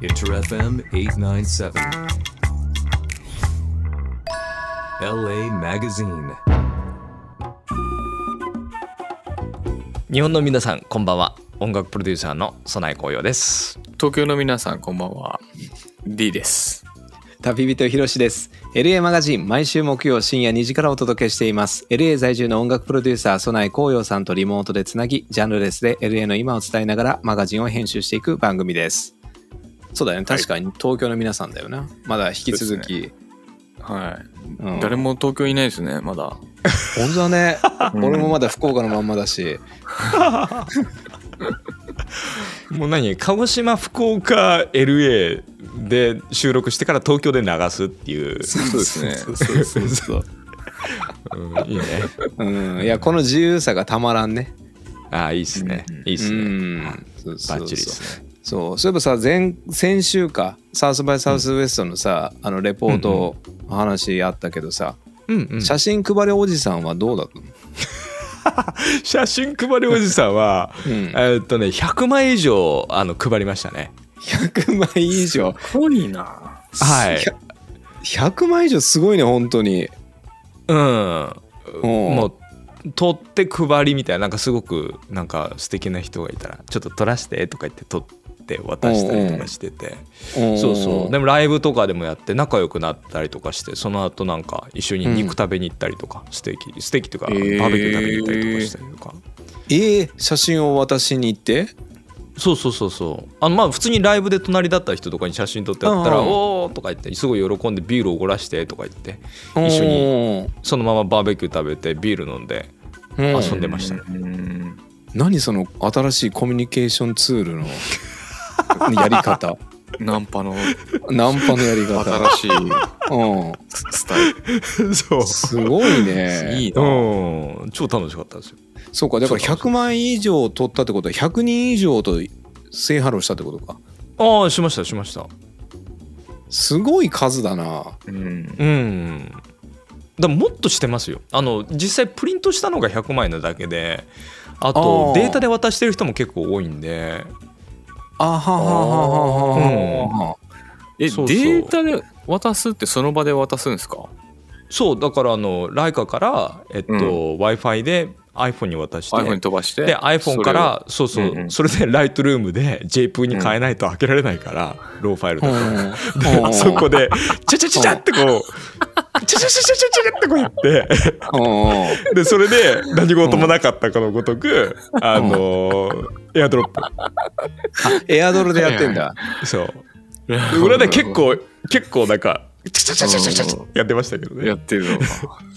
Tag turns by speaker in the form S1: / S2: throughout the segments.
S1: Inter FM 897. LA Magazine.
S2: 日本の皆さんこんばんは音楽プロデューサーの備え紅葉です
S3: 東京の皆さんこんばんは D です
S4: 旅人ひろしです LA マガジン毎週木曜深夜2時からお届けしています LA 在住の音楽プロデューサー備え光陽さんとリモートでつなぎジャンルレスで LA の今を伝えながらマガジンを編集していく番組ですそうだよね確かに東京の皆さんだよな、まだ引き続き、
S3: はい、
S4: うん
S3: 誰も東京いないですねまだ
S4: 本当 だね
S3: うん
S4: 俺もまだ福岡のまんまだし
S2: もう何鹿児島福岡 LA で収録してから東京で流すっていう、
S3: そう ですね
S4: そうそうそう、
S2: うんいいね
S4: うん、いやこの自由さがたまらんね
S2: ああいいっすね
S3: うん
S2: いいっすね、
S4: うんそうそ
S2: バ
S4: うそう
S2: ッチリっすね
S4: そうそういえばさ前先週かサウスバイサウスウエストのさ、あのレポートの話あったけどさ、
S2: うんうん
S4: 写真配れおじさんはどう だったの、
S2: 写真配りおじさんは、
S4: うん
S2: えーっとね100枚以上あの配りましたね
S4: 100枚以上
S3: 濃いな
S2: はい
S4: ひゃ100枚以上すごいね本当に
S2: うん
S4: おう
S2: もう撮って配りみたいななんかすごくなんか素敵な人がいたら「ちょっと撮らせて」とか言って撮って渡したりとかしててそうそうでも
S4: も
S2: ライブとかでもやって仲良くなったりとかしてその後なんか一緒に肉食べに行ったりとか、ステーキステーキとかバ
S3: えー
S2: ーベキュー食べに行ったりとかしたりとか、
S4: えー写真を渡しに行って
S2: そうそうそうそうあのまあ普通にライブで隣だった人とかに写真撮ってやったら「
S4: うんうん
S2: おお!」とか言ってすごい喜んでビールおごらしてとか言って一緒に
S4: 緒
S2: そのままバーベキュー食べてビール飲んで
S4: に
S2: 遊んでましたね。
S3: うん
S4: 何その新しいコミュニケーションツール のやり方
S3: ナンパの
S4: ナンパのやり方
S3: 新しい
S4: うん
S3: ススタイル
S2: そう
S4: すごいね
S3: いいな、
S2: うん、超楽しかったですよ。
S4: そうかだから
S2: そう
S4: 100枚以上取ったってことは100人以上と正ハロしたってことか
S2: ああ、しました、しました。
S4: すごい数だな
S3: うん
S2: うん。だからもっとしてますよ。あの、実際プリントしたのが100枚なだけで、あと
S4: あー
S2: データで渡してる人も結構多いんで、
S4: あははははは
S3: え
S2: そうそう
S3: データで渡すってその場で渡すんですか
S2: そう、だからあの、ライカから、えっと、
S3: うん
S2: Wi-Fi で iPhone に渡して、
S3: iPhone に飛ばして
S2: で iPhone からそうそう、
S3: うんうん
S2: それでライトルームで JPEG に変えないと開けられないから、ローファイルとか、で
S4: うん
S2: そこでチャチャチャチャってこうチャチャチャチャチャチャってこうやって
S4: うん
S2: でそれで何事もなかったかのごとく、あのエアドロップ
S4: エアドルでやってんだ
S2: そう
S3: それを
S2: 裏で結構結構なんかチャチャチャチャチャチャやってましたけど
S3: や
S2: ね
S3: ってるのか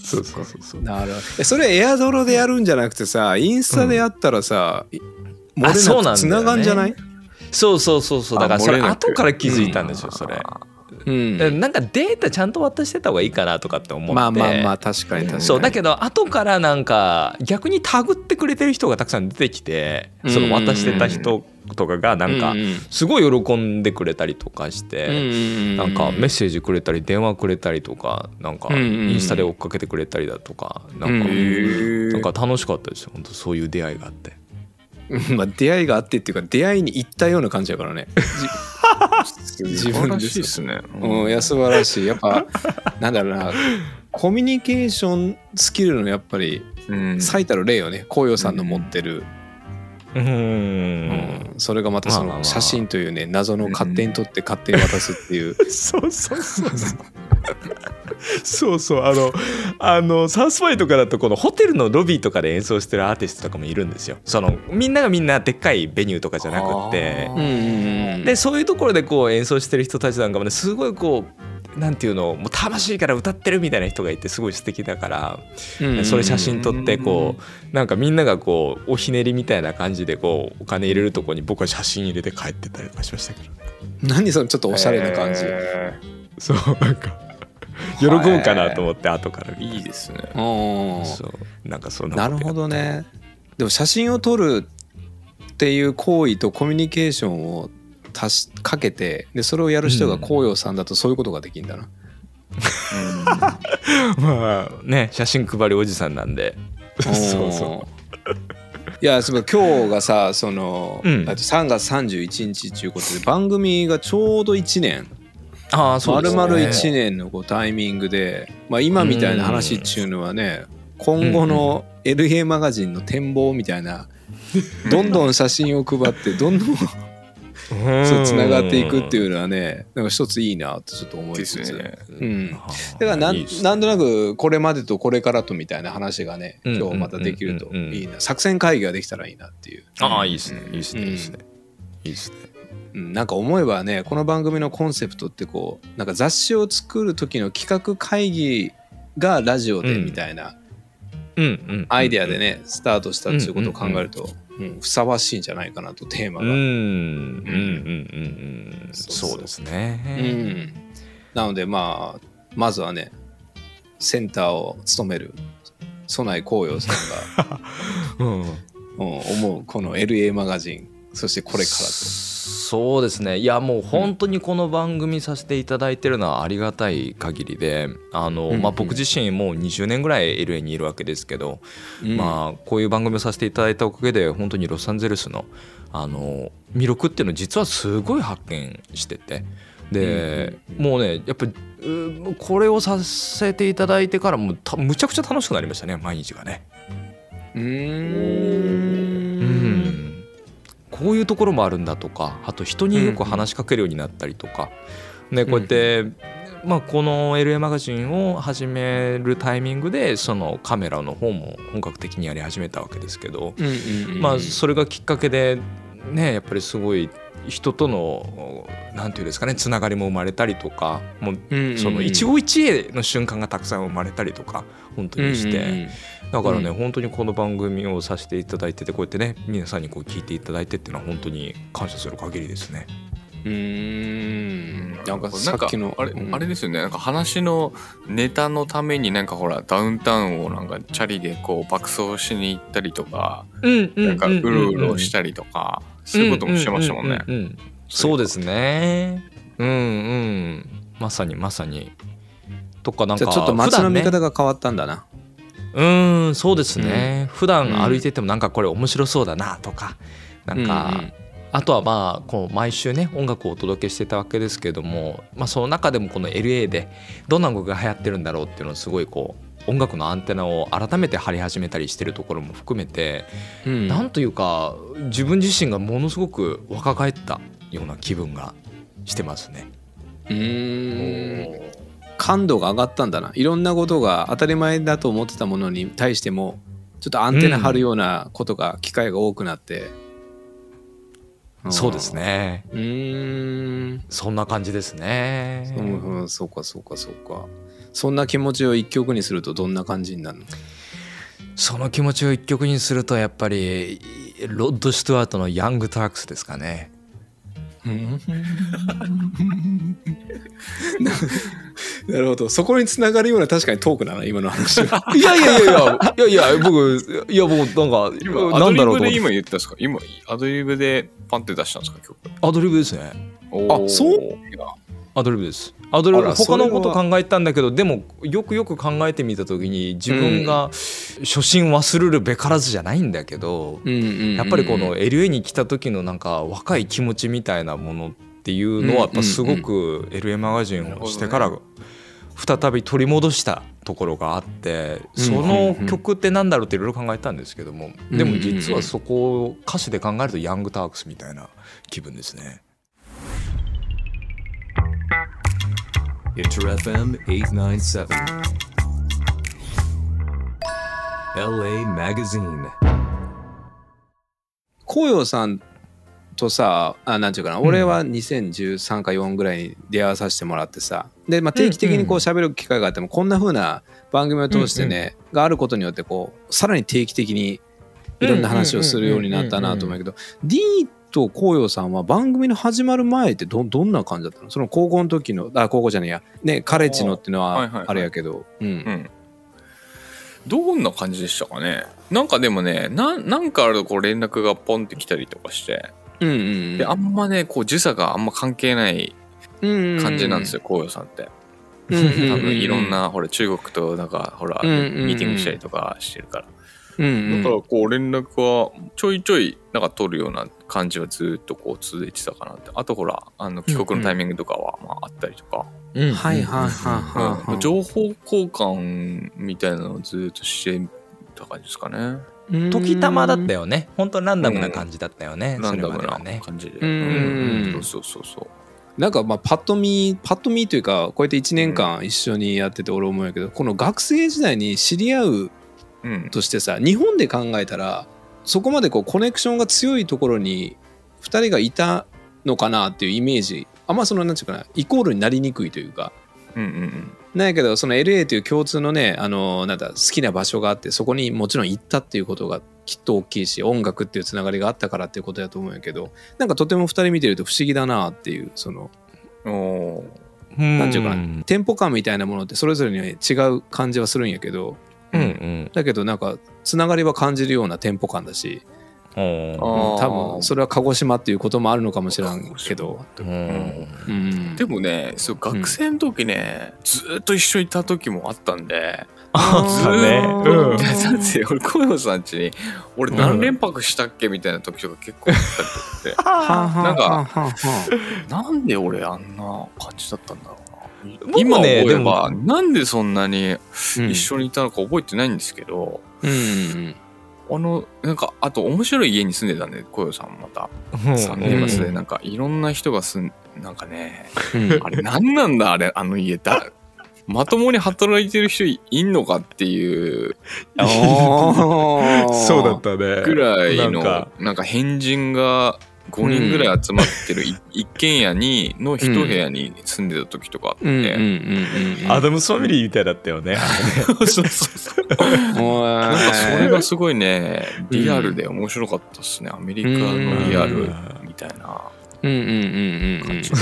S2: そうそうそうそう
S4: なるほどえそれエアドルでやるんじゃなくてさインスタでやったらさ、
S2: ん
S4: 漏
S2: あそう
S4: れ
S2: なだよね
S4: なんくつながんじゃない
S2: そうそうそうそうだから
S3: あ
S2: それ
S3: 漏れなく
S2: 後から気づいたんですよ、それ
S4: うん
S2: でなんかデータちゃんと渡してた方がいいかなとかって思って
S4: まあまあまあ確かに確かに
S2: そうだけど後からなんか逆にタグってくれてる人がたくさん出てきてその渡してた人とかがなんか
S4: うんうん
S2: すごい喜んでくれたりとかし
S4: うんうん
S2: て
S4: うん
S2: なんかメッセージくれたり電話くれたりとかなんか
S4: うんうんうん
S2: インスタで追っかけてくれたりだとかなんか
S4: うん
S2: なんか楽しかったですよ本当そういう出会いがあって
S4: うんまあ出会いがあってっていうか出会いに行ったような感じやから ね
S3: 自分らしいですね
S4: うん、いや素晴らしいやっぱなんだろうなコミュニケーションスキルのやっぱり
S3: うん
S4: 最たる例よね紅葉さんの持ってる、
S2: う
S4: うん
S2: ん
S4: それがまたそ
S2: まあまあま
S4: の
S2: あ
S4: 写真というね謎の勝手に撮って勝手に渡すっていう、
S2: そうそうそうそうそうそうあのあのサウスバイとかだとこのホテルのロビーとかで演奏してるアーティストとかもいるんですよそのみんながみんなでっかいベニューとかじゃなくって
S3: あ
S4: うんうんうん
S2: でそういうところでこう演奏してる人たちなんかもねすごいこうなんていうのもう魂から歌ってるみたいな人がいてすごい素敵だから、
S4: うんうんうん
S2: それ写真撮ってこうなんかみんながこうおひねりみたいな感じでこうお金入れるとこに僕は写真入れて帰ってったりとかしましたけどね
S4: 何そのちょっとおしゃれな感じ、
S3: え
S2: そうなんか喜ぶかなと思って後から
S3: ーいいですね
S4: うん
S2: そうなんかそんな
S4: なるほどねでも写真を撮るっていう行為とコミュニケーションを足しかけてでそれをやる人が紅葉さんだとそういうことができるんだな、
S2: まあね写真配りおじさんなんで
S4: おー
S2: そうそ
S4: いやその今日がさその、
S2: うん
S4: あと3月31日ということで番組がちょうど1年
S2: ああそう
S4: 丸
S2: ですね
S4: 々1年のこうタイミングで、まあ、今みたいな話っていうのはね今後の LA マガジンの展望みたいな、どんどん写真を配ってどんどんそうつながっていくって
S2: い
S4: いうのはねなんか一ついいなってちょっと思い
S3: で
S4: つ
S3: す
S4: つ、
S3: ね。
S4: うん、だか
S2: う
S4: らなん
S3: いいですね
S4: なんとなくこれまでとこれからとみたいな話がね
S2: うん
S4: 今日またできると
S2: うんうんうんうん
S4: いいな作戦会議ができたらいいなっていう。
S2: ああいいですねいいですね
S4: うん
S2: いいですねいいですね
S4: うんなんか思えばねこの番組のコンセプトってこうなんか雑誌を作る時の企画会議がラジオで
S2: うん
S4: みたいな
S2: うんうん
S4: アイデアでね、スタートしたっていうことを考えると、うんふさわしいんじゃないかなとテーマ
S2: う
S4: が、
S2: んうん
S4: うん
S2: うんうんうん
S4: そうそう
S2: そうですね
S4: なのでまあまずはねセンターを務める曽内光陽さんが、
S2: うん
S4: うん、思うこの LA マガジンそしてこれから
S2: そうですねいやもう本当にこの番組させていただいてるのはありがたい限りであの、
S4: うんう
S2: まあ、
S4: ん
S2: 僕自身もう20年ぐらい LA にいるわけですけど、
S4: と、うん
S2: まあ、こういう番組をさせていただいたおかげで本当にロサンゼルスのあの魅力っていうのを実はすごい発見しててで、もうねやっぱうこれをさせていただいてからもうたむちゃくちゃ楽しくなりましたね毎日がね。
S4: うー
S2: うんんこういうところもあるんだとかあと人によく話しかけるようになったりとか、ね、こうやって、まあ、この LA マガジンを始めるタイミングでそのカメラの方も本格的にやり始めたわけですけど、
S4: うんうんうん
S2: まあ、それがきっかけで、ね、やっぱりすごい人とのなんていうんですかねつながりも生まれたりとかもう
S4: うんうんうん
S2: その一期一会の瞬間がたくさん生まれたりとか本当にして。
S4: うんうんうん
S2: だからね、
S4: うん
S2: 本当にこの番組をさせていただいててこうやってね皆さんにこう聞いていただいてっていうのは本当に感謝する限りですね。
S4: うーんなんか
S3: な
S4: さ
S3: んか
S4: っきの
S3: あれ、
S4: うん
S3: あれですよねなんか話のネタのためになんかほらダウンタウンをなんかチャリでこう爆走しに行ったりとか、
S2: うん
S3: なんかうろうろしたりとか、そういうこともしてましたもんね。
S2: そうですね。うんうんまさにまさに。とかなん
S4: じ
S2: か
S4: ゃあちょっと街の見
S2: 普段
S4: 方
S2: ね
S4: が変わったんだな。
S2: うんそうですね、普段
S4: うん
S2: 歩いててもなんかこれ面白そうだなとかなんか。
S4: うんうん
S2: あとはまあこう毎週ね音楽をお届けしてたわけですけれども、まあ、その中でもこの LA でどんな音楽が流行ってるんだろうっていうのをすごいこう音楽のアンテナを改めて張り始めたりしてるところも含めて、
S4: うん
S2: なんというか自分自身がものすごく若返ったような気分がしてますね。
S4: うーん感度が上がったんだないろんなことが当たり前だと思ってたものに対してもちょっとアンテナ張るようなことが機会が多くなって、ん
S2: そうですね
S4: うーん
S2: そんな感じですね。
S4: うんうんそうかそうかそうかそんな気持ちを一曲にするとどんな感じになるの
S2: その気持ちを一曲にするとやっぱりロッド・スチュワートの「ヤング・タークス」ですかね。
S4: なるほどそこにつながるような確かにトークだな今の話は
S2: いやいやいやいや、いやいや、僕、いや、僕、なん
S3: 今
S2: か、
S3: ア
S2: な
S3: ド
S2: ん
S3: リ
S2: だろうと
S3: ブ
S2: 思
S3: で
S2: って。
S3: 今言ったんですか今アドリブでパンって出したんですか曲
S2: アドリブですね。
S3: おー
S4: そう
S2: アドリブです。アドリ
S4: あ
S2: ブ、
S4: らそ
S2: 他
S4: れは
S2: のこと考えたんだけど、でも、よくよく考えてみたときに、自分が初心忘れるべからずじゃないんだけど、
S4: うんうんうん
S2: やっぱりこの LA に来た時のなんか若い気持ちみたいなものっていうのはやっぱすごく LA マガジンをしてから再び取り戻したところがあって
S4: うん
S2: その曲ってなんだろうっていろいろ考えたんですけども
S4: うん
S2: でも実はそこを歌詞で考えるとヤングタークスみたいな気分ですね。
S1: Inter FM 897. LA Magazine.
S4: 紅葉さんとさあなんていうかな、俺は2013か4ぐらいに出会わさせてもらってさで、まあ、定期的にこう
S2: うん
S4: 喋る機会があっても、こんな風な番組を通してね、があることによってこうさらに定期的にいろんな話をするようになったなと思うけど D と紅葉さんは番組の始まる前ってどどんな感じだったのその高校の時のあ高校じゃないやねカレッジのっていうの
S3: あーはいはいは
S4: はいあれやけどうん
S3: どんな感じでしたかねなんかでもねなんなんかあるとこう連絡がポンって来たりとかして
S4: うんうん
S3: であんまねこう時差があんま関係ない
S4: うん
S3: 感じなんです
S4: よ
S3: よ紅葉さんって
S4: 多
S3: 多分いろんなほら中国となんかほら
S4: うんうんうん
S3: ミーティングしたりとかしてるから
S4: うんう
S3: だ
S4: ん
S3: からこう連絡はちょいちょいなんか取るような感じはずっとこう続いてたかなってあとほらあの帰国のタイミングとかはまああったりとか、
S2: うん
S4: はいはいはいはいはい。
S3: 情報交換みたいなのをずっとしてた感じですかね
S2: 時たまだった
S4: よ。
S2: よね本当ランダムな感じだったよね、
S3: な
S2: そ
S3: ん
S2: れ
S3: だ
S2: まで
S3: か
S2: は
S3: な
S2: ね
S3: 感じで、
S4: うん
S3: うんそうそうそう
S4: なんかまあパッと見パッと見というかこうやって1年間一緒にやってて俺思うんやけどこの学生時代に知り合う
S3: そううん
S4: としてさ日本で考えたらそこまでこうコネクションが強いところに2人がいたのかなっていうイメージあんまそのなんていうかなイコールになりにくいというか
S3: うんうん
S4: なんやけどその LA という共通のねあのなんだ好きな場所があってそこにもちろん行ったっていうことがきっと大きいし音楽っていうつながりがあったからっていうことだと思うんやけどなんかとても2人見てると不思議だなっていうその
S3: うんお
S2: な
S3: ー
S4: なんていうかなテンポ感みたいなものってそれぞれにね違う感じはするんやけど
S2: うんうん
S4: だけどなんかつながりは感じるようなテンポ感だし、
S2: うん
S4: うん
S3: あー
S4: 多分それは鹿児島っていうこともあるのかもしれんけど、
S2: うん
S4: うん、
S3: でもねそう学生の時ね、ずーっと一緒にいた時もあったんで
S2: あ
S3: ず
S2: ったね
S3: ーっ
S2: うん
S3: と だって俺小陽さんちに俺何連泊したっけみたいな時とか結構 あったりとか
S4: はあはあ
S3: なんか
S4: はあはあ
S3: ってなんで俺あんな感じだったんだろうな
S2: 僕ね
S3: 今思え
S2: でも
S3: ばなんでそんなに
S4: うん
S3: 一緒にいたのか覚えてないんですけど、
S4: うん
S3: あのなんかあと面白い家に住んでたんで小陽さんまた3
S2: うん
S3: 年ます
S4: う
S3: で
S4: ん
S3: なんかいろんな人が住んなんかね
S4: うんうん
S3: あれ何なんだあれあの家だまともに働いてる人いいんのかっていう
S4: お ー
S2: そうだったね
S3: ぐらい
S2: な
S3: の
S2: ん
S3: な
S2: か
S3: んか変人が5人ぐらい集まってるい一軒家にの一部屋に住んでた時とかあって、
S4: うんうんうんうん
S2: アダムスファミリーみたいだったよね。
S3: そうそうそう
S4: おー
S3: なんかそれがすごいねリアルで面白かったっすねアメリカのリアルみたい な
S4: うんうんうんうんう
S3: 感
S4: ん
S3: じで。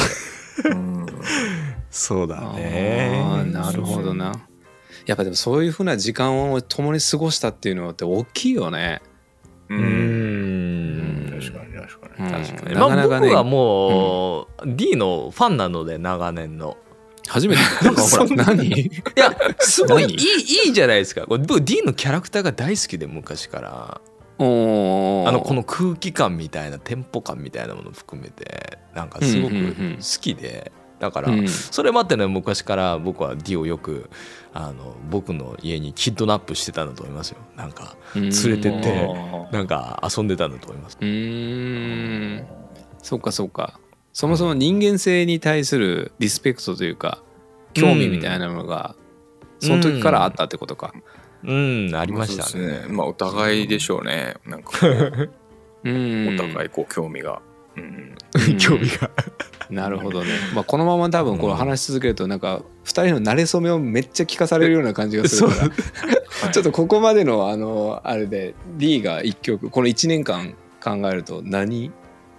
S3: うん
S2: そうだ
S4: あ
S2: ね。
S4: ーなるほどなやっぱでもそういうふうな時間を共に過ごしたっていうのって大きいよね、
S3: う
S2: うんん。
S3: 確かに確かに
S4: うん
S2: 確かに。
S4: な
S2: ま
S4: か
S2: あ
S4: なかね、
S2: 僕はもう D のファンなので長年の。
S4: 初めてなんかほ ら何
S2: いやすごい
S4: 何
S2: いいいいじゃないですか。これ僕 D のキャラクターが大好きで昔から。
S4: おー
S2: あのこの空気感みたいなテンポ感みたいなもの含めてなんかすごく
S4: うんうんうん
S2: 好きで。だから、
S4: うん
S2: それもあってね昔から僕は D をよくあの僕の家にキッドナップしてたんだと思いますよなんか
S4: 連
S2: れてって
S3: あー
S2: なんか遊んでたんだと思います
S4: うーんそうかそうかそもそも人間性に対するリスペクトというか興味みたいなものがその時からあったってことか
S2: うんありました
S3: そう
S2: ね
S3: ですねまあお互いでしょうねなんかこう
S4: うん
S3: お互いこう興味がうん
S4: う ん
S2: 興味が
S4: なるほどね、まあ、このまま多分これ話し続けるとなんか2人の馴れ初めをめっちゃ聞かされるような感じがするから
S3: はい
S4: ちょっとここまでのあのあれで D が1曲この1年間考えると何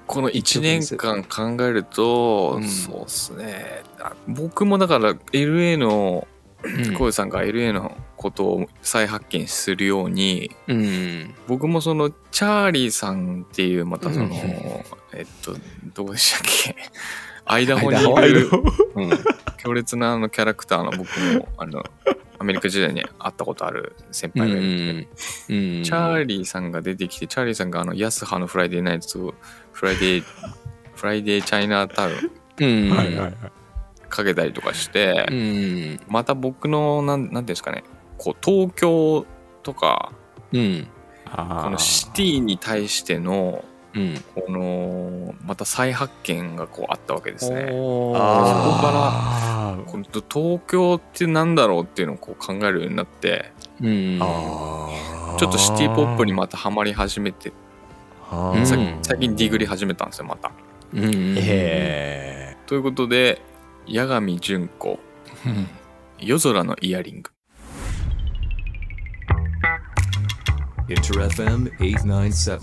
S3: この1年間考えると、
S4: うん
S3: そうっすねあ僕もだから LA の
S4: う
S3: 小うさんが LA のことを再発見するように
S4: ん
S3: 僕もそのチャーリーさんっていうまたその、
S4: うん
S3: えっとどうでした っけアイダホに
S4: アイダホ
S3: いる
S4: うん
S3: 強烈なあのキャラクターの僕 もあのアメリカ時代に会ったことある先輩がいるんですけど、
S4: うん
S3: チャーリーさんが出てきて、チャーリーさんがあの、ヤスハのフライデーナイト、フライデ ー、フライデーチャイナタウン
S4: うん
S2: はいはいはい
S3: かけたりとかし
S4: う
S3: て、
S4: ん
S3: また僕の、なん、なんていうんですかね、こう、東京とか、
S4: うん
S2: あ
S3: このシティに対しての、
S4: うん
S3: この、また再発見がこうあったわけですね。
S4: おー
S2: あー
S3: この東京ってなんだろうっていうのをこう考えるようになって、
S4: うん
S2: あー
S3: ちょっとシティポップにまたハマり始めて、
S2: あ
S4: うん
S2: ー
S3: 最近最近ディグり始めたんですよ、また。
S4: うん
S2: え
S3: ということで八神純子
S4: うん
S3: 夜空のイヤリング
S1: InterFM 897.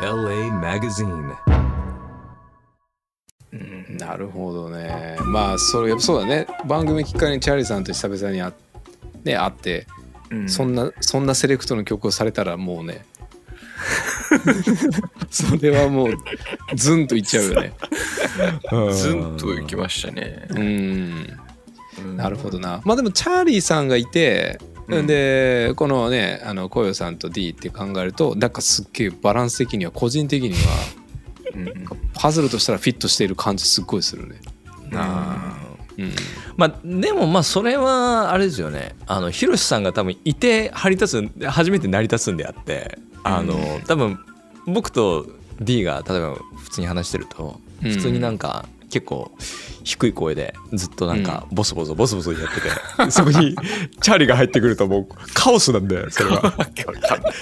S1: LA Magazine.
S4: なるほどねまあそれやっぱそうだね番組きっかけにチャーリーさんと久々に会,、ね、会って
S3: うん
S4: そんなそんなセレクトの曲をされたらもうね それはもうズンといっちゃうよね
S2: ー
S3: ズンと行きましたね
S4: うん
S3: うん
S4: なるほどなまあでもチャーリーさんがいて
S3: うん
S4: でこのねあの紅葉さんと D って考えるとなんかすっげえバランス的には個人的には
S3: うんうん
S4: パズルとしたらフィットしている感じすっごいするね。
S2: あ
S4: うん、
S2: まあでもまあそれはあれですよねあのヒロシさんが多分いて張り立つ初めて成り立つんであってあの、
S3: う
S2: 多分僕と D が例えば普通に話してると
S4: うん
S2: 普通になんか結構低い声でずっとなんかボソボソボソボソやってて、そこにチャーリーが入ってくるともうカオスなんだよそれは
S3: わけわかんない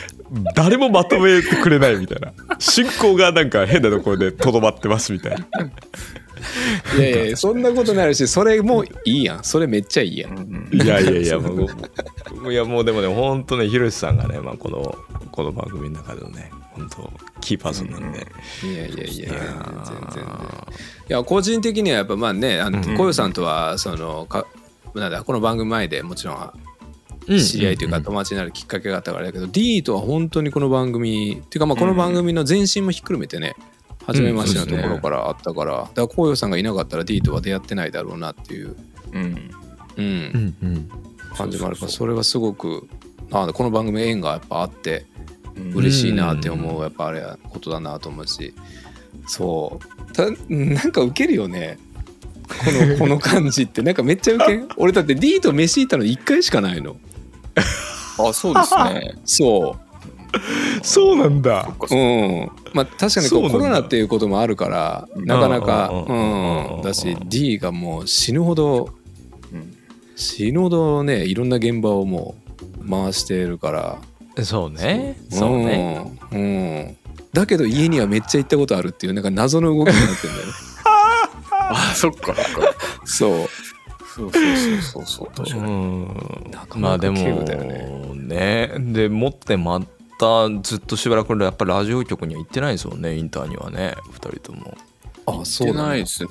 S2: 誰もまとめてくれないみたいな進行がなんか変なところでとどまってますみたいない
S4: やいやそんなことなるしそれもいいやんそれめっちゃいいやん。
S2: いやいやいや、もう、いやもうでもね、本当ね、ひろしさんがね、まあ、この、この番組の中でのね、本当キーパーソンなんで。
S4: いやいやいやいや
S2: いや
S4: 全然全然いや個人的にはやっぱまあねあの小夜さんとはそのかなんだこの番組前でもちろん知り合いというか友達になるきっかけがあったからだけど D とは本当にこの番組っていうかまあこの番組の前身もひっくるめてね初めましてのところからあったからだから紅葉さんがいなかったら D とは出会ってないだろうなっていう、
S3: うん
S4: うん、
S2: んうん。
S4: 感じもあるか
S3: そう
S4: らそれはすごくなんだこの番組縁がやっぱあって
S3: うん
S4: 嬉しいなって思うやっぱあれやことだなと思うしそうたなんかウケるよねこの この感じってなんかめっちゃウケん俺だって D と飯行ったの1回しかないの
S3: あそうですね
S4: そ
S2: そうなんだ。
S4: ううんまあ確かに
S2: そうな
S4: こうん
S2: だ
S4: コロナっていうこともあるからなかなか
S2: うんうん
S4: うんだし D がもう死ぬほど
S3: うん
S4: 死ぬほどねいろんな現場をもう回してるから
S2: そうね。そう
S1: Mm.
S2: ね。
S4: うん、うんだけど家にはめっちゃ行ったことあるっていうなんか謎の動きになってるん だよね
S3: あそっかそっか
S4: そう
S3: そうそうそうそうそう確か
S2: う
S3: に
S2: ん
S4: なか
S2: ま
S4: な
S2: あで
S4: か
S2: も
S4: 稀有だよね
S2: ねでもってまたずっとしばらくやっぱラジオ局には行ってないですもんねインターにはね2人とも、
S4: あそ
S3: 行って
S4: うなんだ
S3: ないですね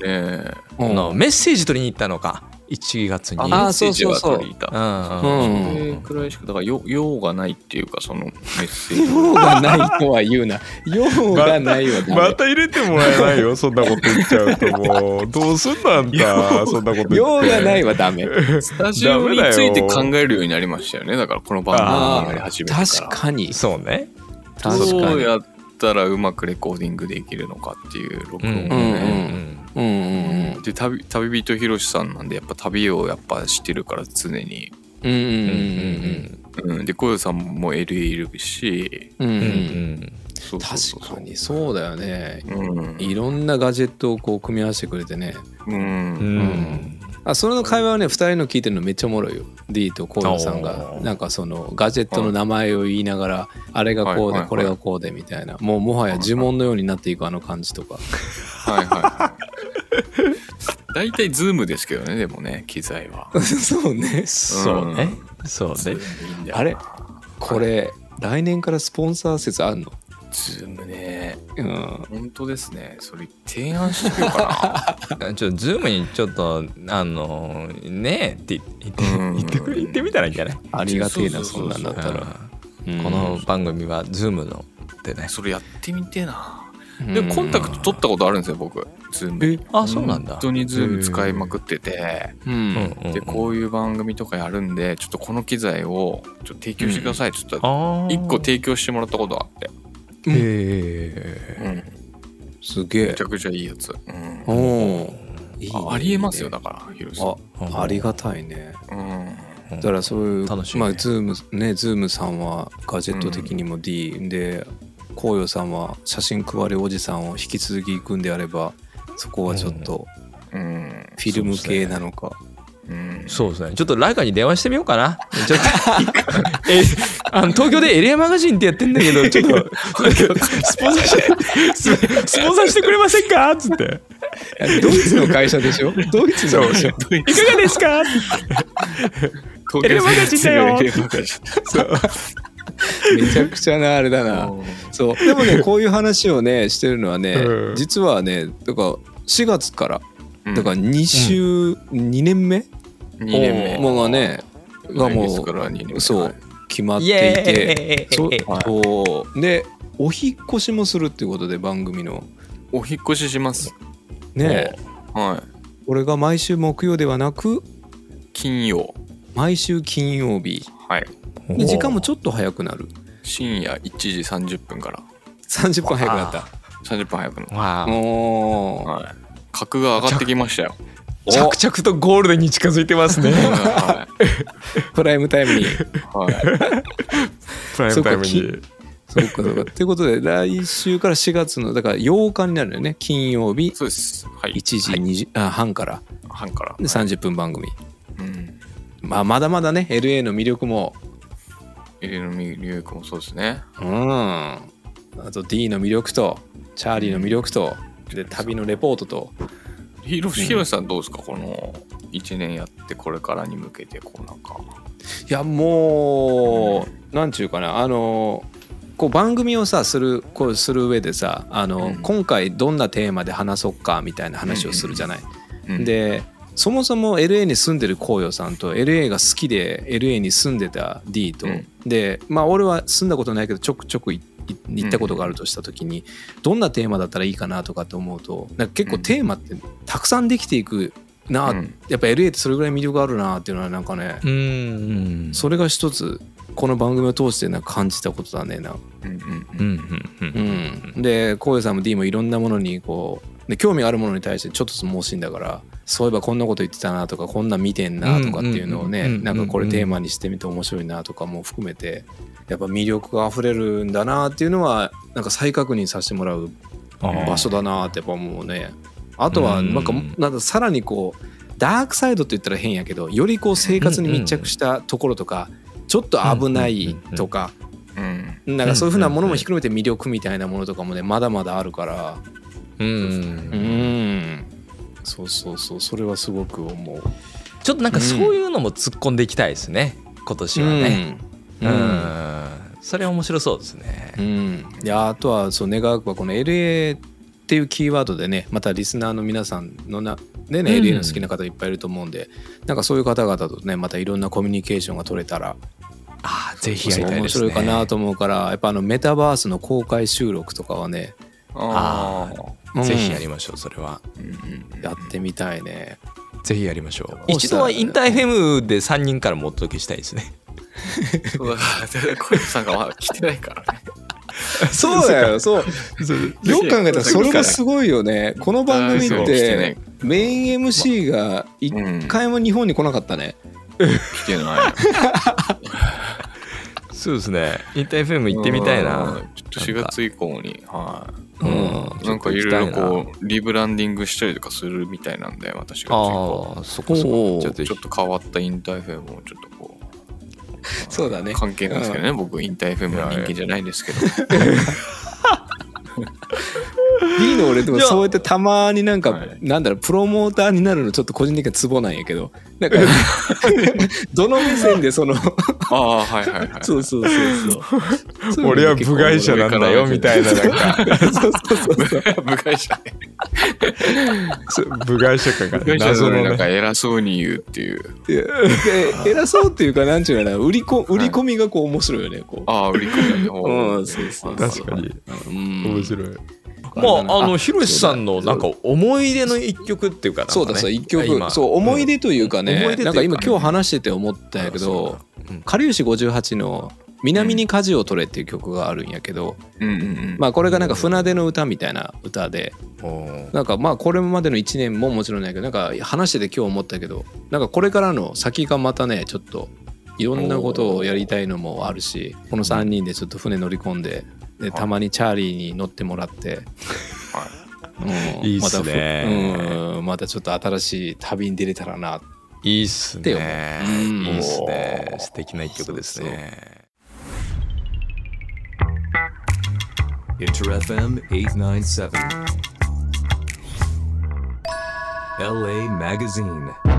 S4: うん
S2: なメッセージ取りに行ったのか1月に
S4: あ
S3: メッセージは
S4: そうそうそう
S3: 取り入れた
S2: うん
S4: う
S3: そ
S4: ん
S3: れくらいしかだからよ用がないっていうかそのメッセ ージ
S4: 用がないとは言うな用がないはダメ
S2: また入れてもらえないよそんなこと言っちゃうともうどうすんなんだそんなこと言って
S4: 用がないはダメ
S3: スタジオについて考えるようになりましたよねだからこの番組になり始めてから
S4: 確かに
S2: そうね
S4: 確か
S3: どう
S4: に
S3: やったらうまくレコーディングできるのかっていう録音をね、
S4: うんうん
S3: で旅旅人ひろしさんなんでやっぱ旅をやっぱしてるから常に、
S4: うんうん
S2: う
S3: うん、でこよさんも LA いるし
S4: うんうんうん
S2: うんう
S4: うん
S2: ん
S3: そうそうそう
S4: 確かにそうだよね
S3: うん
S4: いろんなガジェットをこう組み合わせてくれてね
S3: う
S2: うんん
S4: あそれの会話はね2人の聞いてるのめっちゃおもろいよ D とコーさんが
S2: おー
S4: なんかそのガジェットの名前を言いながらあれがこう
S3: はいはい
S4: で
S3: はい
S4: これがこうでみたいなもうもはや呪文のようになっていくあの感じとか
S3: はいはいはい大体ズームですけどねでもね機材は
S4: そうね
S2: そうねそうね
S4: あれこれ来年からスポンサー説あんの
S3: ズームね
S4: うん
S3: 本当ですねそれ提案してみようか
S2: ちょっとズームにちょっとあのねえって言って
S3: うん
S2: 言ってく言ってみたらいいんじゃない
S4: ありがてえ
S3: そ
S4: な
S3: う
S4: そ
S3: そ
S4: ん
S3: う
S4: な
S3: そうん
S4: だったら
S2: うんこの番組はズームので ね
S3: なそれやってみてえな
S4: うん
S3: でコンタクト取ったことあるんですよ僕ズーム
S2: えあそうなんだ
S3: 本当にズーム使いまくってて
S4: う
S2: うんんうん
S3: でこういう番組とかやるんでちょっとこの機材をちょっと提供してくださいちょっと
S2: あ
S3: 1個提供してもらったことあって、
S2: 供へ
S3: うん、
S4: すげ
S3: め
S4: え
S3: ちゃくちゃいいやつ、うん
S4: おお
S3: あありえますよだからヒロシさん
S4: あありがたいね
S3: うん
S4: だからそういう、
S2: 楽しいね
S4: まあズームねズームさんはガジェット的にも D、で紅葉さんは写真配りおじさんを引き続き行くんであればそこはちょっと
S3: うん
S4: フィルム系なのか、
S3: うん
S2: そうですねちょっとライカに電話してみようかなちょっとえあの東京でエリアマガジンってやってんだけどちょっとスポンサーしてススポンサーしてくれませんかっつって
S4: ドイツの会社でし ょドイツの会社
S2: いかがですか
S3: 東京
S2: エレマガジンだよ
S3: エレマガジン
S4: めちゃくちゃなあれだなそうでもねこういう話をねしてるのはね、
S2: うん
S4: 実はねだから4月から
S3: うん
S4: だから2週、2年目
S3: 2年目
S4: ものがねが
S3: 来
S4: も
S3: 月から2年目
S4: うそ
S3: はいう
S4: 決まって いて。そう
S2: イエーイ
S4: そうでお引っ越しもするっていうことで番組の
S3: お引っ越しします
S4: ね
S3: はい
S4: これが毎週木曜ではなく
S3: 金曜
S4: 毎週金曜日
S3: はい。
S4: で時間もちょっと早くなる
S3: 深夜1時30分から
S4: 30分早くなった
S3: 30分早くの。
S2: わあ
S4: おー
S3: はい。格が上がってきました よ。
S2: 着々とゴールデンに近づいてますね
S3: は
S4: プライムタイムに
S3: い。はい。
S2: プライムタイム
S4: そ
S2: に
S4: そ うかそうかということで来週から4月のだから8日になるのよね金曜 日
S3: そうです。はい。
S4: 1時
S3: はい
S4: 2時、あ半から
S3: 半から。
S4: で30分番組、
S3: うん。
S4: まあ、まだまだね LA の魅力も
S3: エレのミリュウクもそうですね。
S4: うんあと D の魅力とチャーリーの魅力とで旅のレポートと
S3: ヒロシさんどうですかこの1年やってこれからに向けてこうなんか。
S4: いやもうなんちゅうかなあのこう番組をさするこうする上でさあの、
S3: うん
S4: 今回どんなテーマで話そうかみたいな話をするじゃない。
S3: うん、
S4: でそもそも LA に住んでる紅葉さんと LA が好きで LA に住んでた D と、
S3: うん
S4: でまあ俺は住んだことないけどちょくちょくいい行ったことがあるとした時にどんなテーマだったらいいかなとかって思うとなんか結構テーマってたくさんできていくなあ、
S3: うん
S4: やっぱ LA ってそれぐらい魅力あるなっていうのはなんかね
S2: うん
S4: それが一つこの番組を通してなんか感じたことだねなんか
S3: うんうん
S2: うんうんうん
S4: うん、で浩平さんも D もいろんなものにこうで興味あるものに対してちょっとずつ盲信だからそういえばこんなこと言ってたなとかこんなん見てんなとかっていうのを
S2: うんうんうん
S4: ね
S2: うん
S4: なんかこれテーマにしてみて面白いなとかも含めてやっぱ魅力が溢れるんだなっていうのはなんか再確認させてもらう場所だなってやっぱもうねあとはなんか
S2: うん
S4: なんかさらにこうダークサイドって言ったら変やけどよりこう生活に密着したところとかちょっと危ないとか
S3: うん
S4: なんかそういうふうなものもひっくるめて魅力みたいなものとかもねまだまだあるから
S2: うん
S4: んそうそうそうそれはすごく思う
S2: ちょっとなんかそういうのも突っ込んでいきたいですね今年はね
S4: うんうん
S2: うんそれ面白そうですね
S4: うんいやあとはそう願わくはこの LA っていうキーワードでねまたリスナーの皆さんのなでね
S2: うん
S4: LA の好きな方いっぱいいると思うんでなんかそういう方々とねまたいろんなコミュニケーションが取れたら
S2: ああぜひやりたい
S4: 面
S2: です
S4: 白
S2: ね
S4: いかなと思うからやっぱあのメタバースの公開収録とかはね
S3: あ
S2: あ
S3: あ。
S4: うん
S2: ぜひやりましょうそれは
S3: うんうん
S4: やってみたいね
S2: ぜひやりましょう
S4: う
S2: 一度はインターフェムで3人からもお届けしたいですね
S3: そうだから、 小池さんがまだ来てない からね。
S4: そうだよ そうよく考えたらそれもすごいよねこの番組
S3: そう
S4: っ
S3: 来てない
S4: てメイン MC が一回も日本に来なかったね
S3: 来てない。
S2: そうですねインターフェム行ってみたいな
S3: うんちょっと4月以降に、は
S2: うん
S3: い。なんかいろいろこう、リブランディングしたりとかするみたいなんで、私が
S2: ああそこそ
S4: お
S2: こ
S4: ー
S2: ちょっと
S3: ちょっと変わったインターフェムをちょっとこう。
S4: そうだね
S3: 関係ないですけどね、僕インターフェムの人間じゃないですけど。
S4: D の俺でも
S2: じゃあ
S4: そうやってたまになんか、
S3: はい
S4: なんだろうプロモーターになるのちょっと個人的なツボなんやけどなんかどの目線でその
S3: ああ、はいはい はい。
S4: そうそうそうそう
S2: 俺は部外者なんだよみたいななんか
S4: そうそうそうそう
S3: 部外者ね。
S2: そう部外者感が
S3: 部外者
S2: 謎
S3: なの
S2: の
S3: になん
S2: ね
S3: か偉そうに言うっていう。
S4: いやで偉そうっていうかなんちゅうのかな売りこ売り込みがこう面白いよねこう
S3: ああ、売り込みの 方
S4: うんそうそうそ
S2: 確
S4: う
S2: かに
S4: うん
S2: 面白い
S4: れだ
S2: ま
S4: な
S2: ああのひろしさんのなんか思い出の一曲っていうかなんかね
S4: そうだそう一曲
S2: 今
S4: そう思い出というかね、
S2: うん思い出というか
S4: なんか今今日話してて思ったんやけど「かりゆし58」の「南に舵を取れ」っていう曲があるんやけど、
S3: うんうんうん。
S4: まあこれがなんか船出の歌みたいな歌で
S2: うん
S4: なんかまあこれまでの1年ももちろんないけどなんか話してて今日思ったけどなんかこれからの先がまたねちょっといろんなことをやりたいのもあるしこの3人でちょっと船乗り込んででたまにチャーリーに乗ってもらって。
S3: はい
S4: うん
S2: いいっすね
S4: またふうんまたちょっと新しい旅に出れたらなっ
S2: いいっす
S4: て
S2: ね
S4: ようん
S2: いいっすね素敵な一曲ですね
S1: Inter FM 897. LA Magazine.